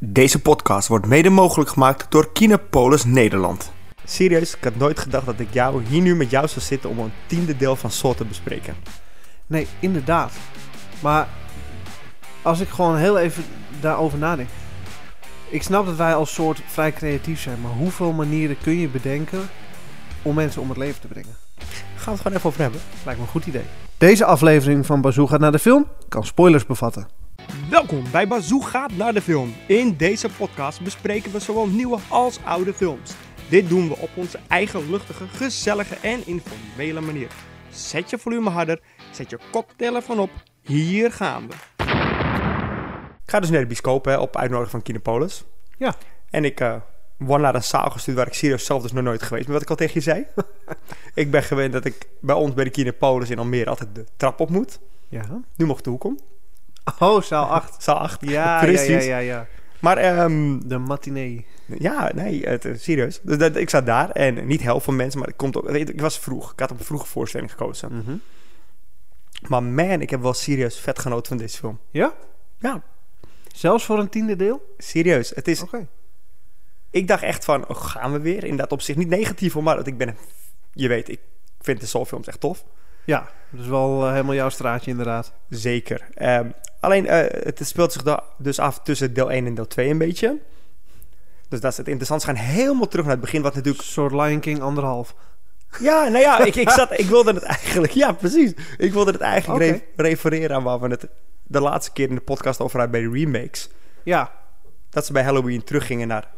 Deze podcast wordt mede mogelijk gemaakt door Kinepolis Nederland. Serieus, ik had nooit gedacht dat ik jou hier nu met jou zou zitten om een tiende deel van SORT te bespreken. Nee, inderdaad. Maar als ik gewoon heel even daarover nadenk. Ik snap dat wij als soort vrij creatief zijn, maar hoeveel manieren kun je bedenken om mensen om het leven te brengen? Gaan we het gewoon even over hebben. Lijkt me een goed idee. Deze aflevering van Bazoo gaat naar de film, kan spoilers bevatten. Welkom bij Bazoo gaat naar de film. In deze podcast bespreken we zowel nieuwe als oude films. Dit doen we op onze eigen luchtige, gezellige en informele manier. Zet je volume harder, zet je cocktail ervan op. Hier gaan we. Ik ga dus naar de bioscoop hè, op uitnodiging van Kinepolis. Ja. En ik eh, word naar een zaal gestuurd waar ik serieus zelf dus nog nooit geweest ben. Wat ik al tegen je zei. ik ben gewend dat ik bij ons bij de Kinepolis in Almere altijd de trap op moet. Ja. Nu mocht ik de hoek om. Oh, zaal 8. Zaal 8. Ja, ja, Precies. ja, ja, ja. Maar ehm, De matinee. Ja, nee, het, eh, serieus. Dus dat, ik zat daar en niet heel veel mensen, maar ik, komt ook, weet je, ik was vroeg. Ik had op een vroege voorstelling gekozen. Mhm. Maar man, ik heb wel serieus vet genoten van deze film. Ja? Ja. Zelfs voor een tiende deel? Serieus, het is... Oké. Ik dacht echt van, oh, gaan we weer? In dat opzicht niet negatief, hoor, maar dat ik ben... Je weet, ik vind de Soul-films echt tof. Ja, dat is wel eh, helemaal jouw straatje inderdaad. Zeker. Ehm, alleen, eh, het speelt zich da- dus af tussen deel 1 en deel 2 een beetje. Dus dat is het interessant. Ze gaan helemaal terug naar het begin, wat natuurlijk Een soort Lion King anderhalf. Ja, nou ja, ik, ik, zat, ik wilde het eigenlijk... Ja, precies. Ik wilde het eigenlijk Oké. re- refereren aan waar we het de laatste keer in de podcast over hadden bij de remakes. Ja, Dat ze bij Halloween teruggingen naar...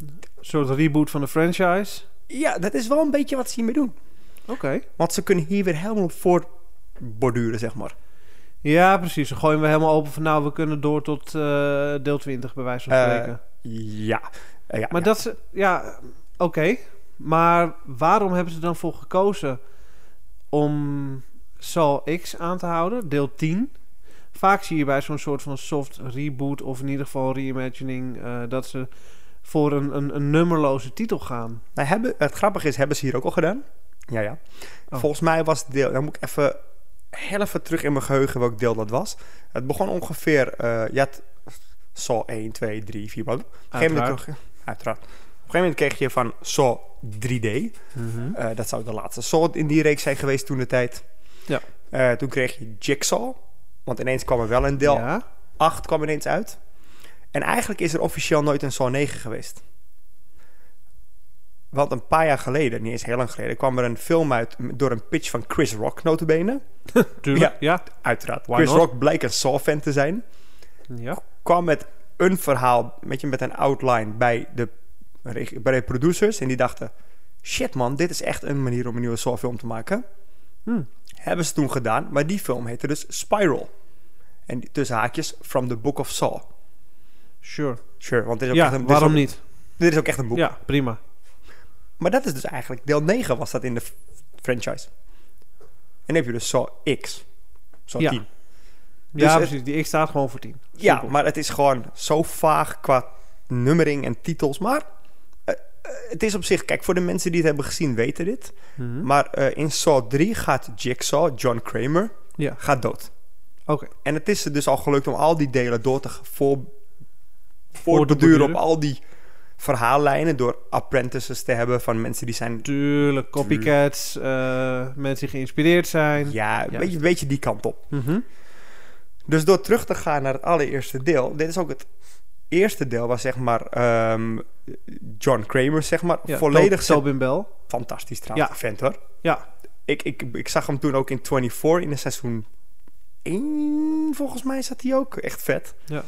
een soort reboot van de franchise. Ja, dat is wel een beetje wat ze hiermee doen. Oké. Want ze kunnen hier weer helemaal op voortborduren, zeg maar. Ja, precies. Dan gooien we helemaal open van nou, we kunnen door tot eh, deel 20, bij wijze van Eh, spreken. Ja. Eh, ja, maar ja. dat is, ja, oké. Maar waarom hebben ze dan voor gekozen om Sal X aan te houden, deel 10? Vaak zie je bij zo'n soort van soft reboot of in ieder geval reimagining eh, dat ze voor een, een, een nummerloze titel gaan. Nou, hebben, het grappige is, hebben ze hier ook al gedaan. Ja, ja. Oh. Volgens mij was het deel... Dan moet ik even heel even terug in mijn geheugen welk deel dat was. Het begon ongeveer... eh je had Saw 1, 2, 3, 4... Op een gegeven moment, Uiteraard. kreeg je- uiteraard. Op een gegeven moment kreeg je van Saw 3D. Mhm. Eh, dat zou de laatste Saw in die reeks zijn geweest toen de tijd. Ja. Eh, toen kreeg je Jigsaw. Want ineens kwam er wel een deel Ja. 8 kwam ineens uit. En eigenlijk is er officieel nooit een Saw 9 geweest. Want een paar jaar geleden, niet eens heel lang geleden... kwam er een film uit m- door een pitch van Chris Rock, notabene. Tuurlijk, ja. Uiteraard. Why Chris not? Rock blijkt een Saw-fan te zijn. ja. Kwam met een verhaal, met, je, met een outline bij de, reg- bij de producers. En die dachten... Shit man, dit is echt een manier om een nieuwe Saw-film te maken. Hmm. Hebben ze toen gedaan, maar die film heette dus Spiral. En die- tussen haakjes, From the Book of Saw. Sure. Sure, want dit is ook echt Ja, een, dit is waarom ook- niet? Dit is ook echt een boek. Ja, prima. Maar dat is dus eigenlijk deel 9 was dat in de f- franchise. En dan heb je dus Saw X. Saw Ja. 10. Dus ja, het- precies. Die X staat gewoon voor 10. Ja, Simpel. maar het is gewoon zo vaag qua nummering en titels. Maar eh, eh, het is op zich... Kijk, voor de mensen die het hebben gezien weten dit. Mhm. Maar eh, in Saw 3 gaat Jigsaw, John Kramer, Ja, gaat dood. oké. En het is er dus al gelukt om al die delen door te ge- voor, voortborduren Voortborduren. op al die verhaallijnen... door apprentices te hebben van mensen die zijn Tuurlijk, copycats, eh, mensen die geïnspireerd zijn. Ja, een Juist. beetje, beetje die kant op. Mhm. Dus door terug te gaan naar het allereerste deel. Dit is ook het eerste deel waar zeg maar ehm, John Kramer zeg maar Ja, volledig... Tob- zit- Tobin Bell. Fantastisch trouwens, Ja. die vent hoor. Ja, Ik, ik, ik zag hem toen ook in 24 in de seizoen 1 volgens mij zat hij ook. Echt vet. Ja.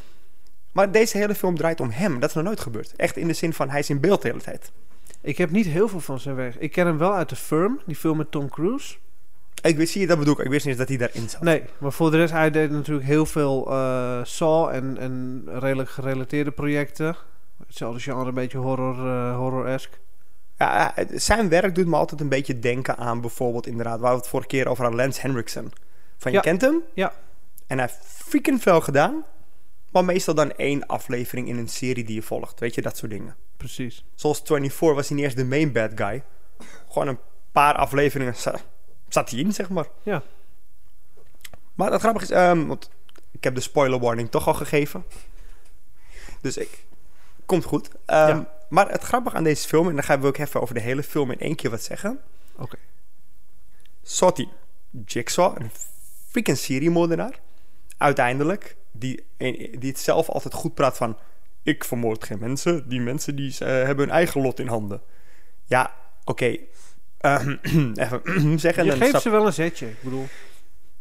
Maar deze hele film draait om hem. Dat is nog nooit gebeurd. Echt in de zin van hij is in beeld de hele tijd. ik heb niet heel veel van zijn werk. Ik ken hem wel uit The Firm, die film met Tom Cruise. Ik wist, zie je, dat bedoel ik. Ik wist niet eens dat hij daarin zat. Nee, maar voor de rest, hij deed natuurlijk heel veel eh, Saw en, en redelijk gerelateerde projecten. Hetzelfde genre, een beetje horror, eh, horror-esque. Ja, het- zijn werk doet me altijd een beetje denken aan bijvoorbeeld inderdaad... waar we het vorige keer over hadden, Lance Henriksen. Van, je Ja. kent hem? Ja. En hij heeft freaking veel gedaan. Maar meestal dan één aflevering in een serie die je volgt. Weet je, dat soort dingen. Precies. Zoals 24 was hij niet eens de main bad guy. Gewoon een paar afleveringen za- zat hij in, zeg maar. Ja. Maar het grappige is... ehm, want ik heb de spoiler warning toch al gegeven. Dus ik, Komt goed. Ehm, Maar het grappige aan deze film, en dan gaan we ook even over de hele film in één keer wat zeggen. Oké. Saw 10. Jigsaw, een freaking seriemoordenaar. Uiteindelijk, die, die het zelf altijd goed praat van... Ik vermoord geen mensen. Die mensen die, eh, hebben hun eigen lot in handen. Ja, oké. Ehm, even zeggen. Je dan geeft snap- ze wel een zetje. Ik bedoel,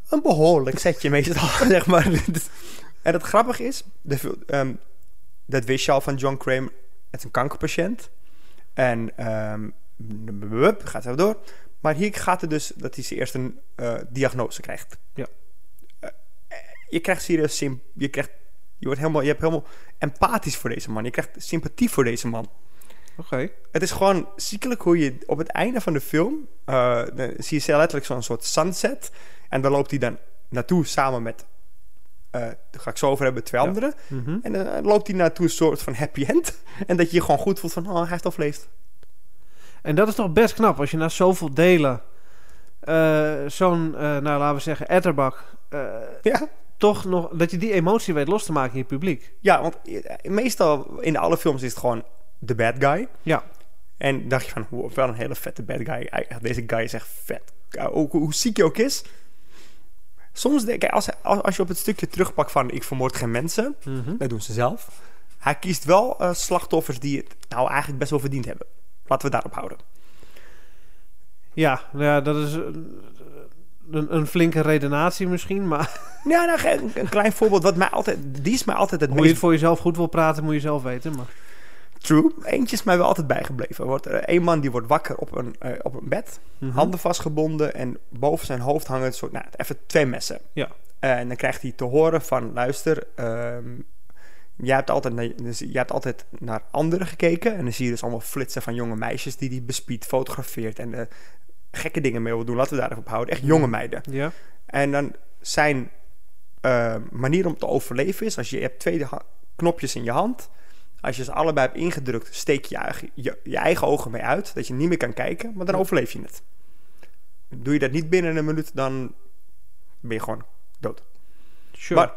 een behoorlijk setje meestal, zeg maar. en het grappige is, de, fil- ehm, dat wist je al van John Crane, het is een kankerpatiënt. En ehm, wup, wup, gaat even door. Maar hier gaat het dus dat hij zijn eerste eh, diagnose krijgt. Ja. Eh, je krijgt serieus sym- je krijgt, je wordt helemaal, je hebt helemaal empathisch voor deze man. Je krijgt sympathie voor deze man. oké. Het is gewoon ziekelijk hoe je op het einde van de film... eh, dan zie je letterlijk zo'n soort sunset. En daar loopt hij dan naartoe samen met... eh daar ga ik zo over hebben, twee Ja. anderen. Mhm. En dan eh, loopt hij naartoe een soort van happy end. En dat je je gewoon goed voelt van... Oh, hij heeft overleefd. En dat is toch best knap als je na zoveel delen eh, zo'n, eh, nou laten we zeggen, etterbak, eh, Ja. toch nog, dat je die emotie weet los te maken in je publiek. ja, want eh, meestal in alle films is het gewoon de bad guy. Ja. En dan dacht je van... Wow, wel een hele vette bad guy. Hij- Deze guy is echt vet. Ja, ook, hoe ziek je ook is... Soms denk ik, als, als, als je op het stukje terugpakt van ik vermoord geen mensen, Mhm. Dat doen ze zelf. Hij kiest wel eh, slachtoffers die het nou eigenlijk best wel verdiend hebben. Laten we daarop houden. Ja, nou ja, dat is een, een, een flinke redenatie misschien, maar Nou, nou, ge- een klein voorbeeld. Wat mij altijd, die is mij altijd het hoe je het meest... voor jezelf goed wil praten, moet je zelf weten. Maar True. Eentje is mij wel altijd bijgebleven. Er Wordt, er een man die wordt wakker op een, eh, op een bed. Mhm. Handen vastgebonden en boven zijn hoofd hangen een soort, nou, even twee messen. Ja. En dan krijgt hij te horen van, luister, ehm, jij, hebt altijd naar, dus jij hebt altijd naar anderen gekeken. En dan zie je dus allemaal flitsen van jonge meisjes die hij bespiedt, fotografeert en eh, gekke dingen mee wil doen. Laten we daar even op houden. Mhm. Echt jonge meiden. ja, En dan zijn eh, manier om te overleven is, als je, je hebt twee ha- knopjes in je hand. Als je ze allebei hebt ingedrukt, steek je eigen, je, je eigen ogen mee uit, dat je niet meer kan kijken, maar dan Ja. overleef je het. Doe je dat niet binnen een minuut, dan ben je gewoon dood. sure. Maar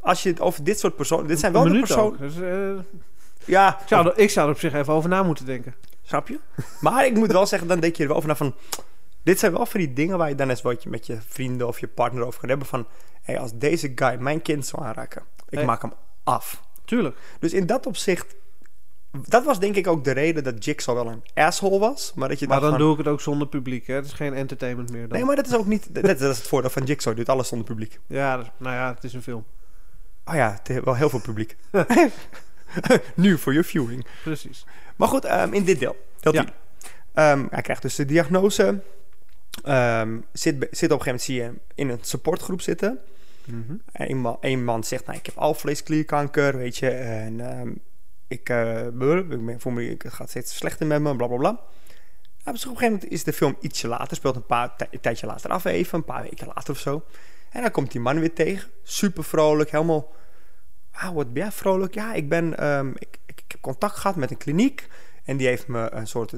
als je het over dit soort personen, dit zijn wel Een de minuut personen. ook. Dus, eh, Ja, ik, zou er, ik zou er op zich even over na moeten denken. Snap je? Maar ik moet wel zeggen, dan denk je er wel van, van... Dit zijn wel van die dingen waar je dan eens wat je met je vrienden of je partner over gaat hebben. Van, hé, als deze guy mijn kind zou aanraken, ik Hey. maak hem af. Tuurlijk. Dus in dat opzicht... Dat was denk ik ook de reden dat Jigsaw wel een asshole was. Maar dat je Maar dacht dan van... doe ik het ook zonder publiek. Hè? Het is geen entertainment meer dan. Nee, maar dat is ook niet... Dat, dat is het voordeel van Jigsaw. Doet alles zonder publiek. Ja, dat is- nou ja, het is een film. Oh ja, het heeft wel heel veel publiek. nu voor je viewing. Precies. Maar goed, ehm, in dit deel. Deel Ja. 10. Ehm, hij krijgt dus de diagnose. Ehm, zit, be- zit op een gegeven moment, zie je hem in een supportgroep zitten. Mhm. Eén man, één man zegt, nou, ik heb alvleesklierkanker, weet je. En ehm, ik, eh, brr, ik ben- voel me, ik- het gaat steeds slechter met me, bla bla bla. Nou, dus op een gegeven moment is de film ietsje later, speelt een paar tij- een tijdje later af even, een paar weken later of zo. En dan komt die man weer tegen, super vrolijk, helemaal... Ah, wat ben jij vrolijk? Ja, ik ben... ehm, ik, ik, ik heb contact gehad met een kliniek en die heeft me een soort...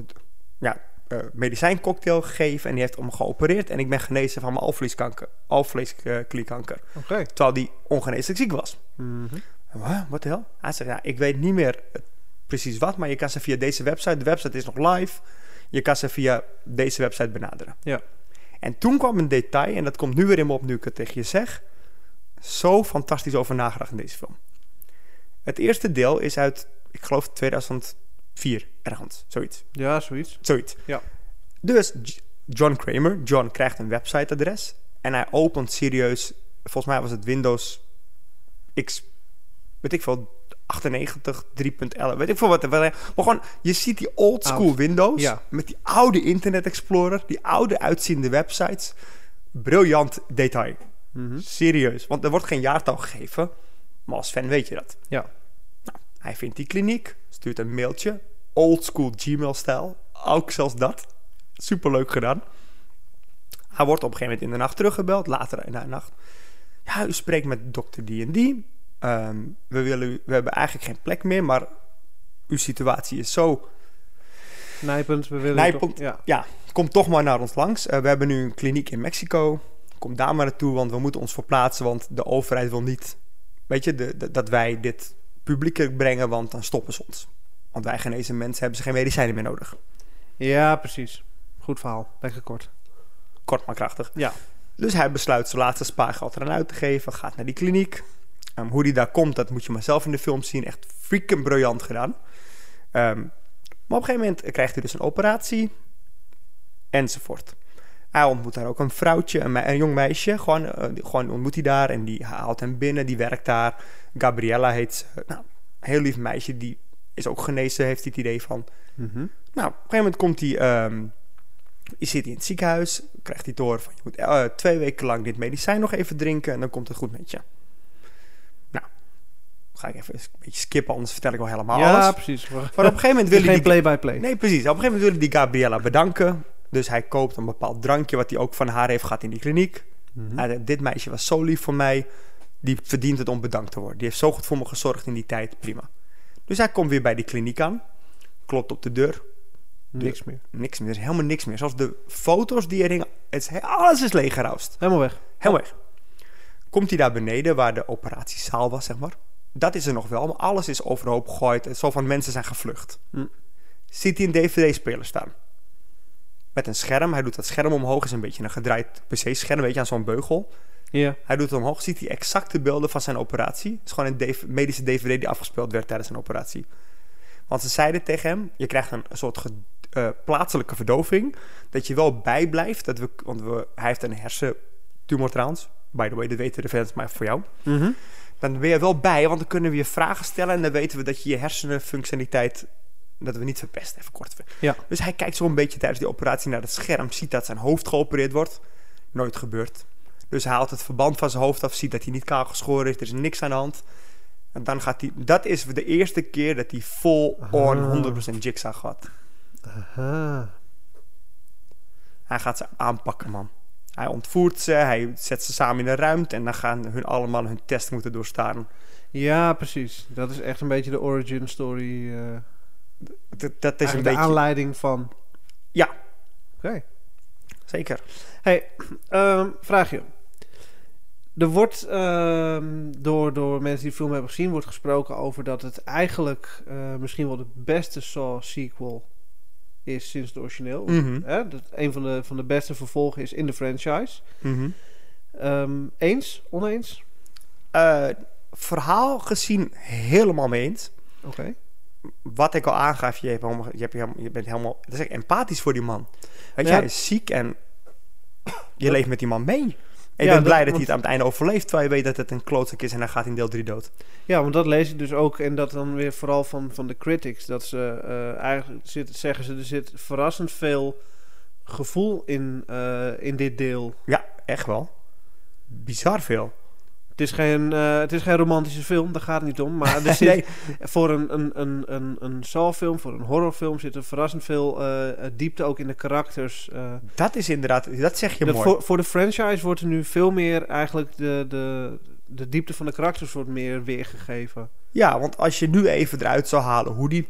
Ja, eh, medicijncocktail gegeven en die heeft om geopereerd en ik ben genezen van mijn alvleeskanker, alvleesklierkanker. Oké. Terwijl die ongeneeslijk ziek was. Mhm. Huh, Wat de hel? Hij zegt, ja, ik weet niet meer eh, precies wat, maar je kan ze via deze website, de website is nog live, je kan ze via deze website benaderen. Ja. En toen kwam een detail, en dat komt nu weer in me op nu ik het tegen je zeg, zo fantastisch over nagedacht in deze film. Het eerste deel is uit, ik geloof 2004, ergens, zoiets. Ja, zoiets. Zoiets. Ja. Dus J- John Kramer, John krijgt een websiteadres en hij opent serieus, volgens mij was het Windows X, weet ik veel, 98, 3.11, weet ik veel wat. er- wat er- Maar gewoon, je ziet die old school Oud. Windows Ja. met die oude Internet Explorer, die oude uitziende websites. Briljant detail. Mhm. Serieus, want er wordt geen jaartal gegeven, maar als fan weet je dat. Ja. Hij vindt die kliniek, stuurt een mailtje. Oldschool Gmail-stijl. Ook zelfs dat. Superleuk gedaan. Hij wordt op een gegeven moment in de nacht teruggebeld. Later in de nacht. Ja, u spreekt met dokter die en die. Ehm, we, willen, u- we hebben eigenlijk geen plek meer, maar uw situatie is zo. Nijpend. We willen Nijpend. toch- ja. Kom toch maar naar ons langs. Eh, we hebben nu een kliniek in Mexico. Kom daar maar naartoe, want we moeten ons verplaatsen, want de overheid wil niet... Weet je, de, de- dat wij dit publiekelijk brengen, want dan stoppen ze ons. Want wij genezen mensen, hebben ze geen medicijnen meer nodig. Ja, precies. Goed verhaal. Lekker kort. Kort maar krachtig. Ja. Dus hij besluit zijn laatste spaargeld eraan uit te geven, gaat naar die kliniek. Ehm, hoe die daar komt, dat moet je maar zelf in de film zien. Echt freaking briljant gedaan. Ehm, maar op een gegeven moment krijgt hij dus een operatie. Enzovoort. Hij ontmoet daar ook een vrouwtje, een, me- een jong meisje. Gewoon, eh, die- gewoon ontmoet hij daar en die haalt hem binnen. Die werkt daar. Gabriella heet ze. Nou, heel lief meisje. Die is ook genezen, heeft hij het idee van. Nou, op een gegeven moment komt hij, ehm, hij zit hij in het ziekenhuis, krijgt hij door van je moet eh, twee weken lang dit medicijn nog even drinken en dan komt het goed met je. Nou, ga ik even een beetje skippen, anders vertel ik wel helemaal ja, alles. precies. We Maar op een gegeven moment willen willen geen die... play-by-play. Nee, precies. Op een gegeven moment willen die Gabriella bedanken. Dus hij koopt een bepaald drankje wat hij ook van haar heeft gehad in die kliniek. Mhm. Hij zegt, dit meisje was zo lief voor mij. Die verdient het om bedankt te worden. Die heeft zo goed voor me gezorgd in die tijd. Prima. Dus hij komt weer bij die kliniek aan. Klopt op de deur Niks meer. niks meer. Er is helemaal niks meer. Zelfs de foto's die er hingen, het is, he- alles is leeggeroust. Helemaal weg. Helemaal weg. Komt hij daar beneden, waar de operatiezaal was, zeg maar. Dat is er nog wel, maar alles is overhoop gegooid. En Zo van mensen zijn gevlucht. Hm. Ziet hij een dvd-speler staan. Met een scherm. Hij doet dat scherm omhoog. is een beetje een gedraaid pc-scherm, weet je, aan zo'n beugel. Ja. Hij doet het omhoog, ziet hij exacte beelden van zijn operatie. Het is gewoon een DV medische dvd die afgespeeld werd tijdens zijn operatie. Want ze zeiden tegen hem, je krijgt een soort ge- eh, plaatselijke verdoving. Dat je wel bijblijft. Dat we, want we, hij heeft een hersentumor trouwens. By the way, dat weten de fans, maar voor jou. Mhm. Dan ben je wel bij, want dan kunnen we je vragen stellen. En dan weten we dat je je hersenenfunctionaliteit... Dat we niet verpesten, even kort. Ja. Dus hij kijkt zo'n beetje tijdens die operatie naar het scherm. Ziet dat zijn hoofd geopereerd wordt. Nooit gebeurd. Dus hij haalt het verband van zijn hoofd af. Ziet dat hij niet kaal geschoren is. Er is niks aan de hand. En dan gaat hij... Dat is de eerste keer dat hij Ah. vol-on 100% jigsaw gaat. Aha. Hij gaat ze aanpakken, man. Hij ontvoert ze. Hij zet ze samen in een ruimte. En dan gaan hun allemaal hun test moeten doorstaan. Ja, precies. Dat is echt een beetje de origin story. eh, Dat, dat is eigenlijk een de beetje... aanleiding van... Ja. Oké. Zeker. Hey, ehm, vraagje. Er wordt ehm, door, door mensen die de film hebben gezien, wordt gesproken over dat het eigenlijk eh, misschien wel de beste Saw sequel is sinds het origineel. Mhm. Hè? Dat een van de, van de beste vervolgen is in de franchise. Mhm. Ehm, eens? Oneens? Eh, verhaal gezien helemaal mee eens. Oké. Wat ik al aangaf, je, hebt helemaal, je, hebt helemaal, je bent helemaal dat is echt empathisch voor die man. Weet Ja. je, hij is ziek en je leeft met die man mee. En je Ja, bent dat- blij dat hij want- het aan het einde overleeft, terwijl je weet dat het een klootzak is en hij gaat in deel 3 dood. Ja, want dat lees ik dus ook. En dat dan weer vooral van, van de critics. Dat ze eh, eigenlijk zit, zeggen ze, er zit verrassend veel gevoel in, eh, in dit deel. Ja, echt wel. Bizar veel. Het is, geen, eh, het is geen romantische film, daar gaat het niet om. Maar er zit, Nee, voor een, een, een, een, een Saw-film, voor een horrorfilm... zit er verrassend veel eh, diepte ook in de karakters. eh. dat is inderdaad, dat zeg je dat mooi. voor, voor de franchise wordt er nu veel meer eigenlijk... de, de, de diepte van de karakters wordt meer weergegeven. Ja, want als je nu even eruit zou halen hoe die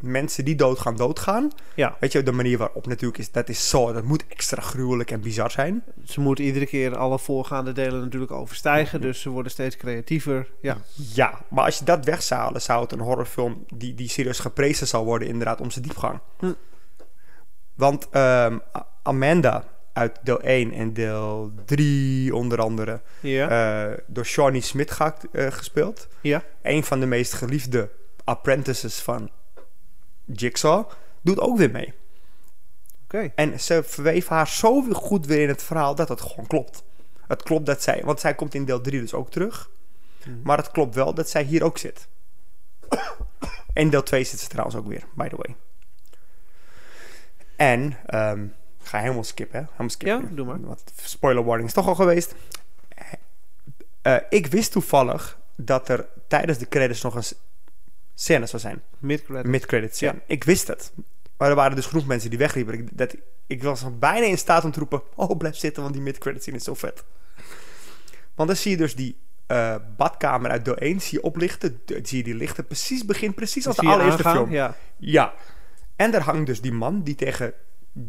mensen die doodgaan, doodgaan. Ja. Weet je, de manier waarop natuurlijk is, dat is zo, dat moet extra gruwelijk en bizar zijn. Ze moeten iedere keer alle voorgaande delen natuurlijk overstijgen. Dus ze worden steeds creatiever. Ja, Ja, maar als je dat weg zou halen, zou het een horrorfilm die, die serieus geprezen zou worden, inderdaad, om zijn diepgang. Hm. Want ehm, A- Amanda uit deel 1 en deel 3 onder andere, ja. eh, door Shawnee Smith geact- eh, gespeeld. Ja. Een van de meest geliefde apprentices van Jigsaw, doet ook weer mee. oké. En ze verweef haar zo weer goed weer in het verhaal dat het gewoon klopt. Het klopt dat zij, want zij komt in deel 3 dus ook terug. Mhm. Maar het klopt wel dat zij hier ook zit. in deel 2 zit ze trouwens ook weer, by the way. En, ehm, ik ga helemaal skippen, hè? Helemaal skippen. Ja, doe maar. Want spoiler warning is toch al geweest. Eh, ik wist toevallig dat er tijdens de credits nog een s- scène zou zijn Mid-credit. mid-credits. Ja. Ja. Ik wist het. Maar er waren dus genoeg mensen die wegliepen. Ik, dat, ik was nog bijna in staat om te roepen... Oh, blijf zitten, want die mid-credits scene is zo vet. Want dan zie je dus die eh, badkamer uit deel 1 zie je oplichten. D- zie je die lichten precies begin, precies als de Zie je allereerste aangaan? film. Ja. Ja. En daar hangt dus die man die tegen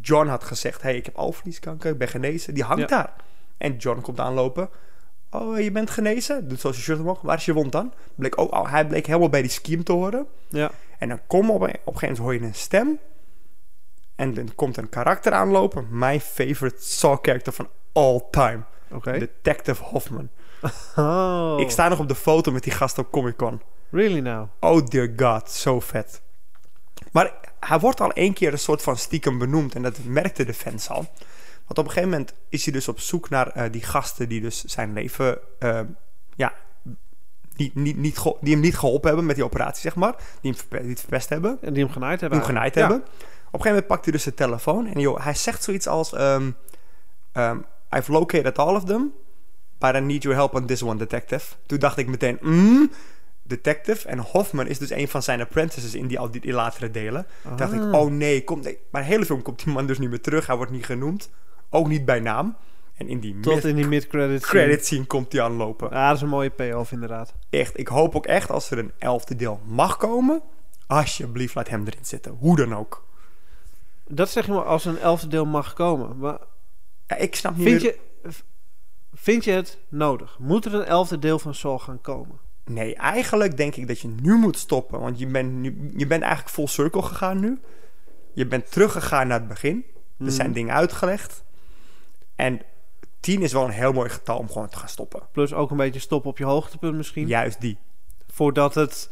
John had gezegd... hey, ik heb alvleeskanker, ik ben genezen. Die hangt Ja. daar. En John komt aanlopen. Oh, eh, je bent genezen? Doet zoals je shirt omhoog. Waar is je wond dan? Bleek, ook al- hij bleek helemaal bij die scheme te horen. Ja. En dan kom op, een- op een gegeven moment hoor je een stem. En dan komt een karakter aanlopen. Mijn favorite Saw character van all time. Oké. Detective Hoffman. Oh. Ik sta nog op de foto met die gast op Comic Con. Really now. Oh dear god, zo vet. Maar hij wordt al één keer een soort van stiekem benoemd. En dat merkten de fans al. Want op een gegeven moment is hij dus op zoek naar eh, die gasten die dus zijn leven... eh, ja, die, niet, niet geho- die hem niet geholpen hebben met die operatie, zeg maar. Die hem verpe- die het verpest hebben. En die hem genaaid hebben. hem genaaid Ja. hebben. Op een gegeven moment pakt hij dus de telefoon en joh, hij zegt zoiets als: ehm ehm, I've located all of them, but I need your help on this one, detective. Toen dacht ik meteen: mm, detective. En Hoffman is dus een van zijn apprentices in die, al die, die latere delen. Toen dacht ik: Ah. oh nee, komt nee. Maar de hele film komt die man dus niet meer terug. Hij wordt niet genoemd, ook niet bij naam. En in die Tot in die mid-credits. mid-credit scene komt hij aanlopen. Ja, dat is een mooie payoff inderdaad. Echt, ik hoop ook echt als er een elfde deel mag komen, alsjeblieft laat hem erin zitten. Hoe dan ook. Dat zeg je maar als een elfde deel mag komen. Maar Ja, ik snap niet vind meer- je, v- vind je het nodig? Moet er een elfde deel van Saul gaan komen? Nee, eigenlijk denk ik dat je nu moet stoppen. Want je bent, nu, je bent eigenlijk full circle gegaan nu. Je bent teruggegaan naar het begin. Er Hmm, Mhm. zijn dingen uitgelegd. En 10 is wel een heel mooi getal om gewoon te gaan stoppen. Plus ook een beetje stoppen op je hoogtepunt misschien. Juist die. Voordat het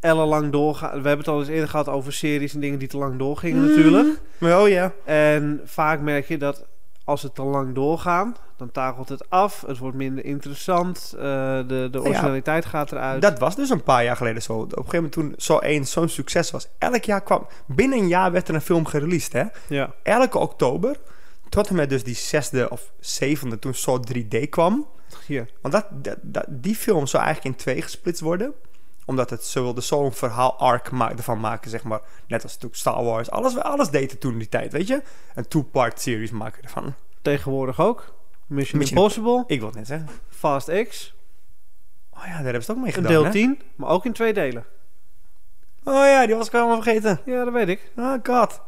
ellenlang doorgaat. We hebben het al eens eerder gehad over series en dingen die te lang Hmm. doorgingen natuurlijk. Oh ja. En vaak merk je dat als het te lang doorgaan, dan takelt het af. Het wordt minder interessant. eh, de, de originaliteit gaat eruit. Dat was dus een paar jaar geleden zo. Op een gegeven moment toen zo 1 zo'n succes was. Elk jaar kwam... Binnen een jaar werd er een film gereleased, hè. Ja. Elke oktober. Tot en met dus die zesde of zevende toen Saw 3D kwam. Hier. Want dat, dat, dat- die film zou eigenlijk in twee gesplitst worden. Omdat het, ze wilden zo'n verhaal arc ma ervan maken, zeg maar. Net als natuurlijk Star Wars. Alles, alles deed het toen in die tijd, weet je? Een two-part series maken ervan. Tegenwoordig ook. Mission, Mission- Impossible, Ik wil het net zeggen. Fast X, Oh ja, daar hebben ze het ook mee een gedaan, deel hè? 10, maar ook in twee delen. Oh ja, die was ik helemaal vergeten. Ja, dat weet ik. Oh god.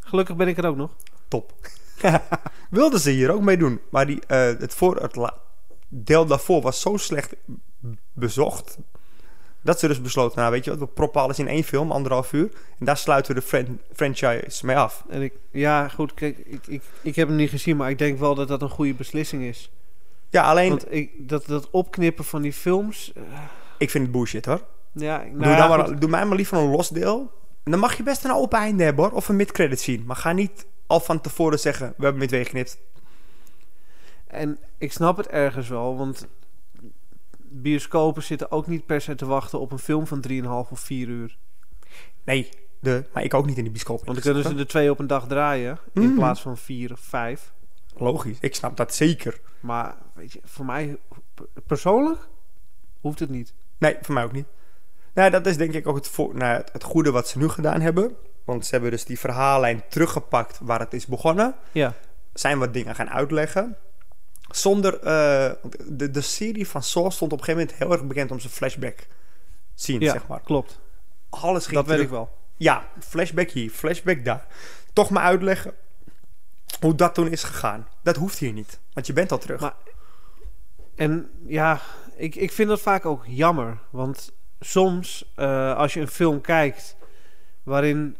Gelukkig ben ik er ook nog. Top. wilden ze hier ook mee doen. Maar die, eh, het, voor, het la- deel daarvoor was zo slecht bezocht... Dat ze dus besloten, nou weet je wat, we proppen alles in één film, anderhalf uur. En daar sluiten we de fran- franchise mee af. En ik, ja, goed, kijk, ik, ik, ik heb hem niet gezien, maar ik denk wel dat dat een goede beslissing is. Ja, alleen Want ik, dat, dat opknippen van die films. eh, ik vind het bullshit hoor. ja, nou doe, ja, dan goed. maar, doe mij maar liever een los deel. En dan mag je best een open einde hebben hoor. Of een mid-credit scene. Maar ga niet al van tevoren zeggen: we hebben midway geknipt. En ik snap het ergens wel, want bioscopen zitten ook niet per se te wachten op een film van 3,5 of 4 uur. Nee, de, maar ik ook niet in die bioscoop. Want dus- dan kunnen ze er twee op een dag draaien in Mm. plaats van 4 of 5. Logisch, ik snap dat zeker. Maar weet je, voor mij p- persoonlijk hoeft het niet. Nee, voor mij ook niet. Nou, dat is denk ik ook het, voor, nou, het, het goede wat ze nu gedaan hebben. Want ze hebben dus die verhaallijn teruggepakt waar het is begonnen. Ja. zijn wat dingen gaan uitleggen. Zonder. eh, want de, de serie van Saw stond op een gegeven moment heel erg bekend om zijn flashback zien, Ja, zeg maar. klopt. Alles ging Dat weet terug. ik wel. Ja, flashback hier, flashback daar. Toch maar uitleggen hoe dat toen is gegaan. Dat hoeft hier niet, want je bent al terug. Maar- En ja, ik, ik vind dat vaak ook jammer. Want soms, eh, als je een film kijkt waarin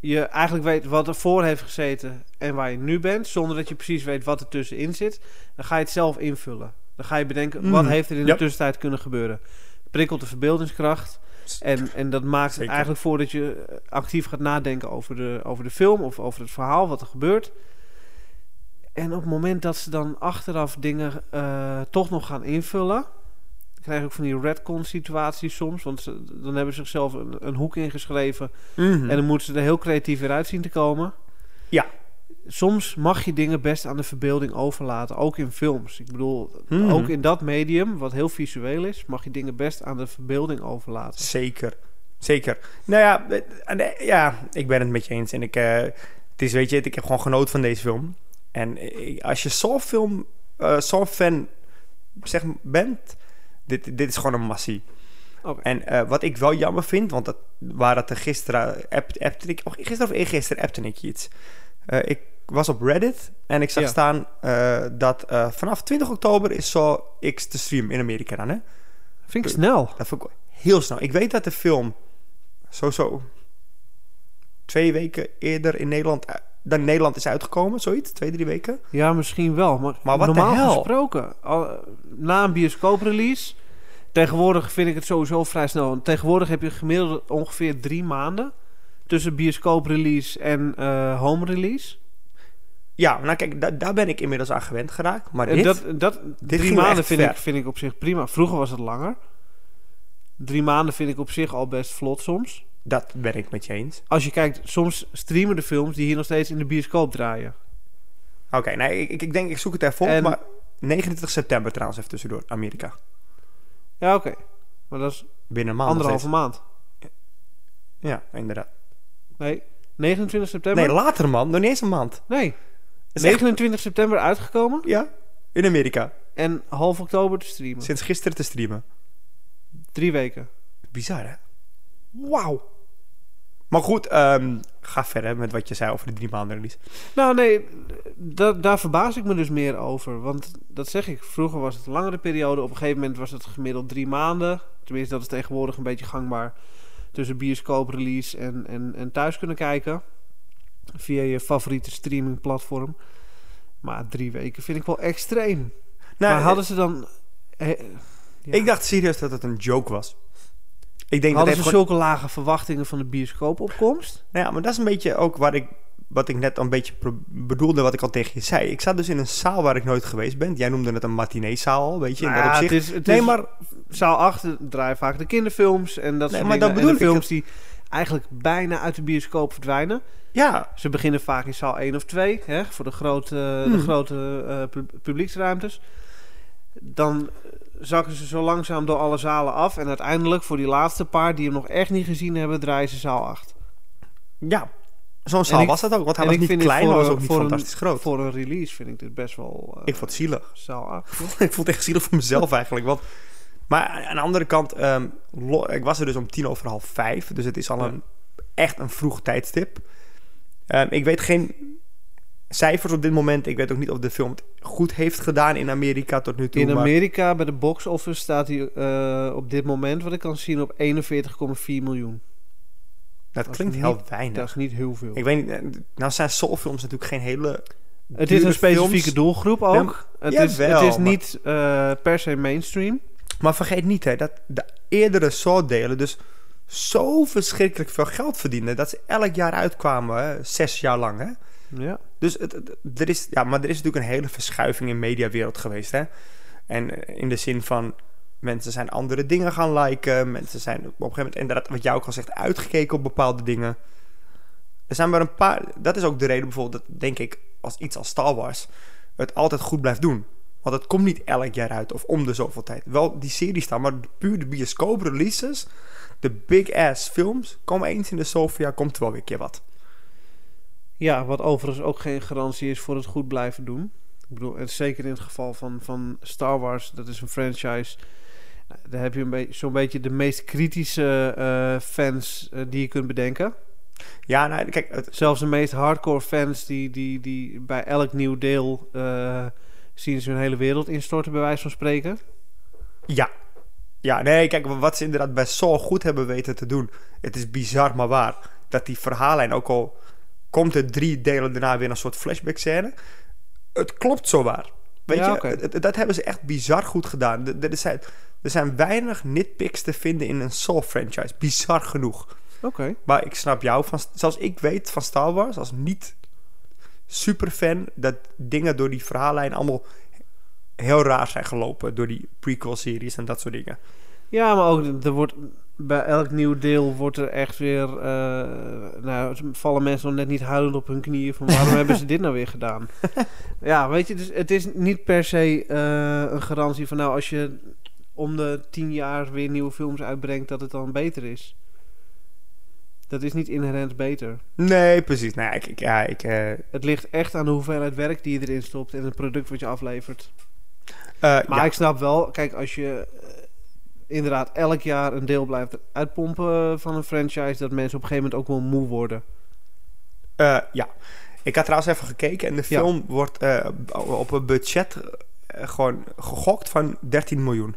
je eigenlijk weet wat ervoor heeft gezeten en waar je nu bent, zonder dat je precies weet wat er tussenin zit, dan ga je het zelf invullen. Dan ga je bedenken, Mm, wat heeft er in de ja. tussentijd kunnen gebeuren? Prikkelt de verbeeldingskracht. En, en dat maakt Zeker. eigenlijk voor dat je eh, actief gaat nadenken over de, over de film of over het verhaal, wat er gebeurt. En op het moment dat ze dan achteraf dingen eh, toch nog gaan invullen, krijg ik van die redcon situaties soms. Want ze, dan hebben ze zichzelf een, een hoek ingeschreven Mhm. en dan moeten ze er heel creatief weer uit zien te komen. Ja. Soms mag je dingen best aan de verbeelding overlaten, ook in films. Ik bedoel, Mhm. ook in dat medium, wat heel visueel is, mag je dingen best aan de verbeelding overlaten. Zeker, zeker. Nou ja, eh, eh, ja, ik ben het met je eens. En ik, eh, het is, weet je, ik heb gewoon genoten van deze film. En eh, als je zo'n film, eh, zo'n fan zeg, bent, dit, dit is gewoon een massie. Oké. En eh, wat ik wel jammer vind, want dat, waar dat er gisteren, app, appte ik, oh, gisteren of eergisteren appte ik je iets. Eh, ik was op Reddit en ik zag Ja. staan eh, dat eh, vanaf 20 oktober is zo X te streamen in Amerika dan, hè? Vind ik snel. Dat vond ik heel snel. Ik weet dat de film sowieso twee weken eerder in Nederland, eh, dan in Nederland is uitgekomen, zoiets. Twee, drie weken. Ja, misschien wel. Maar, Maar wat de normaal hel? gesproken, al- na een bioscooprelease... Tegenwoordig vind ik het sowieso vrij snel. Want Tegenwoordig heb je gemiddeld ongeveer drie maanden... tussen bioscooprelease en eh, home release. Ja, nou kijk, da- daar ben ik inmiddels aan gewend geraakt. Maar En dit, dat, dat, drie ging me maanden echt vind ver. ik, vind ik op zich prima. Vroeger was het langer. Drie maanden vind ik op zich al best vlot soms. dat ben ik met je eens. Als je kijkt, soms streamen de films die hier nog steeds in de bioscoop draaien. Oké, nou, ik, ik- ik denk, ik zoek het even op, En- maar 29 september trouwens even tussendoor, Amerika. Ja, oké. Maar dat is Binnen een maand nog anderhalve maand. steeds. Ja, inderdaad. Nee, 29 september? Nee, later man, nog niet eens een maand. Nee, Is echt- 29 september uitgekomen Ja, in Amerika. en half oktober te streamen. Sinds gisteren te streamen. Drie weken. Bizar, hè? Wauw. Maar goed, ehm, ga verder met wat je zei over de drie maanden release. Nou nee, da- daar verbaas ik me dus meer over. Want dat zeg ik, vroeger was het een langere periode. Op een gegeven moment was het gemiddeld drie maanden. Tenminste, dat is tegenwoordig een beetje gangbaar. Tussen bioscooprelease en, en, en thuis kunnen kijken. Via je favoriete streamingplatform. Maar drie weken vind ik wel extreem. Nou, eh, maar hadden ze dan... eh, he- ja. Ik dacht serieus dat het een joke was. Ik denk dat Hadden het ze gewoon... zulke lage verwachtingen van de bioscoopopkomst? Nou ja, maar dat is een beetje ook wat ik, wat ik net een beetje pro- bedoelde, wat ik al tegen je zei. Ik zat dus in een zaal waar ik nooit geweest ben. Jij noemde het een matineezaal, al, weet je, in Nou ja, dat opzicht. het is, het Nee, is- maar zaal 8 draaien vaak de kinderfilms en Nee, dat soort maar dingen. dat En bedoel de ik. films die eigenlijk bijna uit de bioscoop verdwijnen. ja, Ze beginnen vaak in zaal 1 of 2, hè, voor de grote, Hmm. de grote eh, pub- publieksruimtes. Dan zakken ze zo langzaam door alle zalen af. En uiteindelijk, voor die laatste paar die hem nog echt niet gezien hebben, draaien ze zaal 8. ja. Zo'n En zaal ik- was dat ook, want hij en was niet ik vind het klein, voor maar was een- ook niet voor een- fantastisch groot. Voor een release vind ik dit best wel eh, Ik vond het zielig. zaal 8. ik vond het echt zielig voor mezelf eigenlijk, want... Maar aan de andere kant, ehm, lo- ik was er dus om tien over half vijf, dus het is al Ja. een, echt een vroeg tijdstip. Ehm, ik weet geen cijfers op dit moment. Ik weet ook niet of de film het goed heeft gedaan in Amerika tot nu toe. In maar- Amerika bij de box office staat hij eh, op dit moment, wat ik kan zien, op 41,4 miljoen. Dat Dat klinkt is heel niet- weinig. Dat is niet heel veel. Ik weet niet, eh, nou zijn soulfilms natuurlijk geen hele... het is dure een specifieke films. doelgroep ook. Ja, maar- het, is, jawel, het is maar- niet eh, per se mainstream. Maar vergeet niet hè, dat de eerdere Saw-delen dus zo verschrikkelijk veel geld verdienden... dat ze elk jaar uitkwamen, hè, zes jaar lang. Hè? Ja. Dus het, het- er is, ja, maar er is natuurlijk een hele verschuiving in de mediawereld geweest. Hè? En eh, in de zin van mensen zijn andere dingen gaan liken. Mensen zijn op een gegeven moment, inderdaad, wat jij ook al zegt, uitgekeken op bepaalde dingen. Er zijn maar een paar. Dat is ook de reden bijvoorbeeld dat, denk ik, als iets als Star Wars het altijd goed blijft doen. Want het komt niet elk jaar uit of om de zoveel tijd. Wel die series staan, maar puur de bioscoop releases, de big ass films, komen eens in de Sofia, komt er wel weer een keer wat. ja, wat overigens ook geen garantie is voor het goed blijven doen. Ik bedoel, en zeker in het geval van, van Star Wars, dat is een franchise. Nou, Daar heb je een be- zo'n beetje de meest kritische eh, fans eh, die je kunt bedenken. Ja, nou, kijk, het, Zelfs de meest hardcore fans die, die, die bij elk nieuw deel eh, zien ze hun hele wereld instorten, bij wijze van spreken. Ja. Ja, nee, kijk, wat ze inderdaad bij Saul goed hebben weten te doen. Het is bizar, maar waar. Dat die verhaallijn, ook al komt er drie delen daarna weer een soort flashback scène. Het klopt zowaar. Weet Ja, je, oké. het- het- dat hebben ze echt bizar goed gedaan. D- Er zijn, er zijn weinig nitpicks te vinden in een Saul-franchise. Bizar genoeg. Oké. Maar ik snap jou, van, zelfs ik weet van Star Wars als niet superfan... dat dingen door die verhaallijn allemaal heel raar zijn gelopen... door die prequel-series en dat soort dingen. Ja, maar ook er wordt, bij elk nieuw deel wordt er echt weer. eh, nou, vallen mensen nog net niet huilend op hun knieën van waarom hebben ze dit nou weer gedaan? Ja, weet je, dus het is niet per se eh, een garantie van nou als je om de tien jaar weer nieuwe films uitbrengt dat het dan beter is. Dat is niet inherent beter. Nee, precies. Nou, ja, ik, ik, ja, ik, eh, eh, Het ligt echt aan de hoeveelheid werk die je erin stopt en het product wat je aflevert. Maar ja, ik snap wel, kijk, als je eh, inderdaad elk jaar een deel blijft uitpompen van een franchise, dat mensen op een gegeven moment ook wel moe worden. eh, ja. Ik had trouwens even gekeken en de Ja. film wordt eh, op een budget eh, gewoon gegokt van 13 miljoen.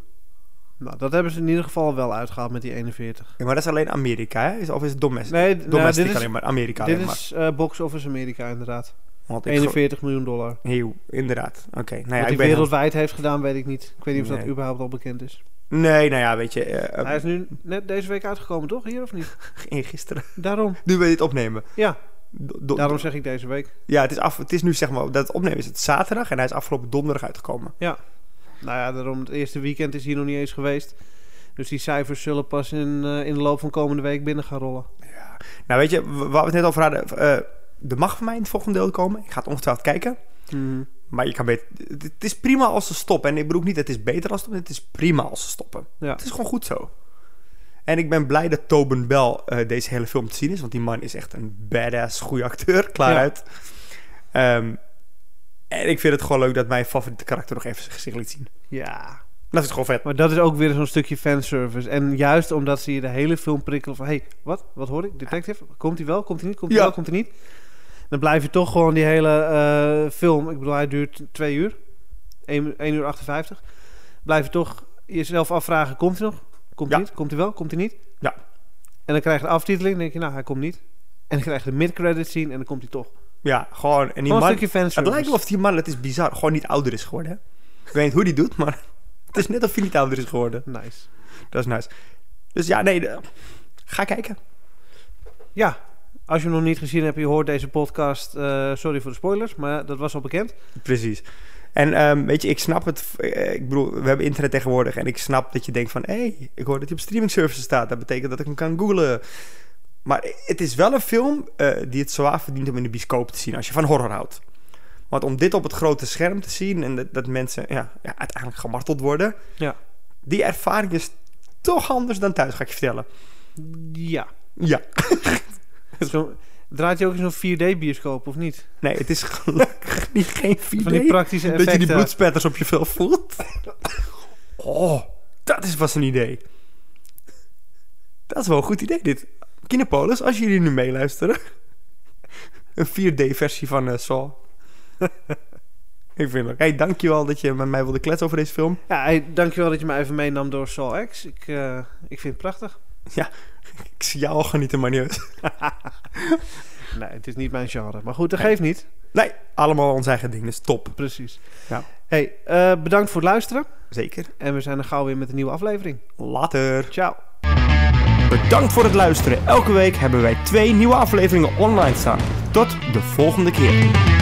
Nou, dat hebben ze in ieder geval wel uitgehaald met die 41. Ja, maar dat is alleen Amerika, hè? Is- Of is het domestic? Nee, d- nou, domestic dit is, alleen maar, Amerika dit alleen maar. is eh, box office Amerika inderdaad. Want ik 41 miljoen dollar. ge- Heel, inderdaad. Oké, nou ja, Wat ik hij ben... wereldwijd heeft gedaan, weet ik niet. Ik weet niet of dat Nee. überhaupt al bekend is. Nee, nou ja, weet je, eh, hij is nu net deze week uitgekomen, toch? Hier of niet? eh, gisteren. Daarom. Nu wil je het opnemen. Ja, Do- do- daarom zeg ik deze week. Ja, het is, af, het is nu zeg maar, dat het opnemen is het zaterdag en hij is afgelopen donderdag uitgekomen. Nou ja, daarom. Het eerste weekend is hier nog niet eens geweest. Dus die cijfers zullen pas in, eh, in de loop van komende week binnen gaan rollen. Nou weet je, w- waar we het net over hadden, eh, er mag van mij in het volgende deel komen. Ik ga het ongetwijfeld kijken. Maar je kan beter, het het is prima als ze stoppen. En ik bedoel ook niet, het is beter als ze stoppen. Het is prima als ze stoppen. Ja. Het is gewoon goed zo. En ik ben blij dat Tobin Bell eh, deze hele film te zien is. Want die man is echt een badass goede acteur. Klaar Ja. uit. Ehm, en ik vind het gewoon leuk dat mijn favoriete karakter nog even zijn gezicht liet zien. Ja. Dat is gewoon vet. Maar dat is ook weer zo'n stukje fanservice. En juist omdat ze je de hele film prikkelen van... hey, wat? Wat hoor ik? Detective? Komt hij wel? Komt hij niet? Komt hij Ja. wel? Komt hij niet? Dan blijf je toch gewoon die hele eh, film... Ik bedoel, hij duurt twee uur. 1, uur 58. Blijf je toch jezelf afvragen... Komt hij nog? Komt hij Ja. niet? Komt hij wel? Komt hij niet? Ja. En dan krijg je de aftiteling. Dan denk je, nou, hij komt niet. En dan krijg je de mid-credit scene en dan komt hij toch. Ja, gewoon. En die Gewoon een man, stukje fanservice. het lijkt wel of die man, het is bizar, gewoon niet ouder is geworden. Hè? Ik weet niet hoe die doet, maar het is net of hij niet ouder is geworden. Nice. Dat is nice. Dus ja, nee, de- ga kijken. Ja, als je hem nog niet gezien hebt, je hoort deze podcast. eh, sorry voor de spoilers, maar dat was al bekend. Precies. En ehm, weet je, ik snap het. eh, Ik bedoel, we hebben internet tegenwoordig. En ik snap dat je denkt van... Hé, hey, ik hoor dat hij op streaming services staat. Dat betekent dat ik hem kan googlen. Maar het is wel een film eh, die het zwaar verdient om in de bioscoop te zien. Als je van horror houdt. Want om dit op het grote scherm te zien... En dat, dat mensen ja, ja, uiteindelijk gemarteld worden... Ja. Die ervaring is toch anders dan thuis, ga ik je vertellen. Ja. Ja. Zo, draait je ook in zo'n 4D-bioscoop of niet? Nee, het is gelukkig niet geen 4 Van die praktische Dat je effecten. die bloedspetters op je vel voelt. Oh, dat is, was een idee. Dat is wel een goed idee, dit. Kinepolis, als jullie nu meeluisteren. Een 4D-versie van eh, Saw. Ik vind het leuk. Hey, dankjewel dat je met mij wilde kletsen over deze film. Ja, hey, dankjewel dat je me even meenam door Sol X. Ik, eh, ik vind het prachtig. Ik zie jou al genieten, manieus. Nee, het is niet mijn genre. Maar goed, dat geeft niet. Nee, allemaal ons eigen ding, dus top. Precies. Ja. Hey, eh, bedankt voor het luisteren. Zeker. En we zijn er gauw weer met een nieuwe aflevering. Later. Ciao. Bedankt voor het luisteren. Elke week hebben wij twee nieuwe afleveringen online staan. Tot de volgende keer.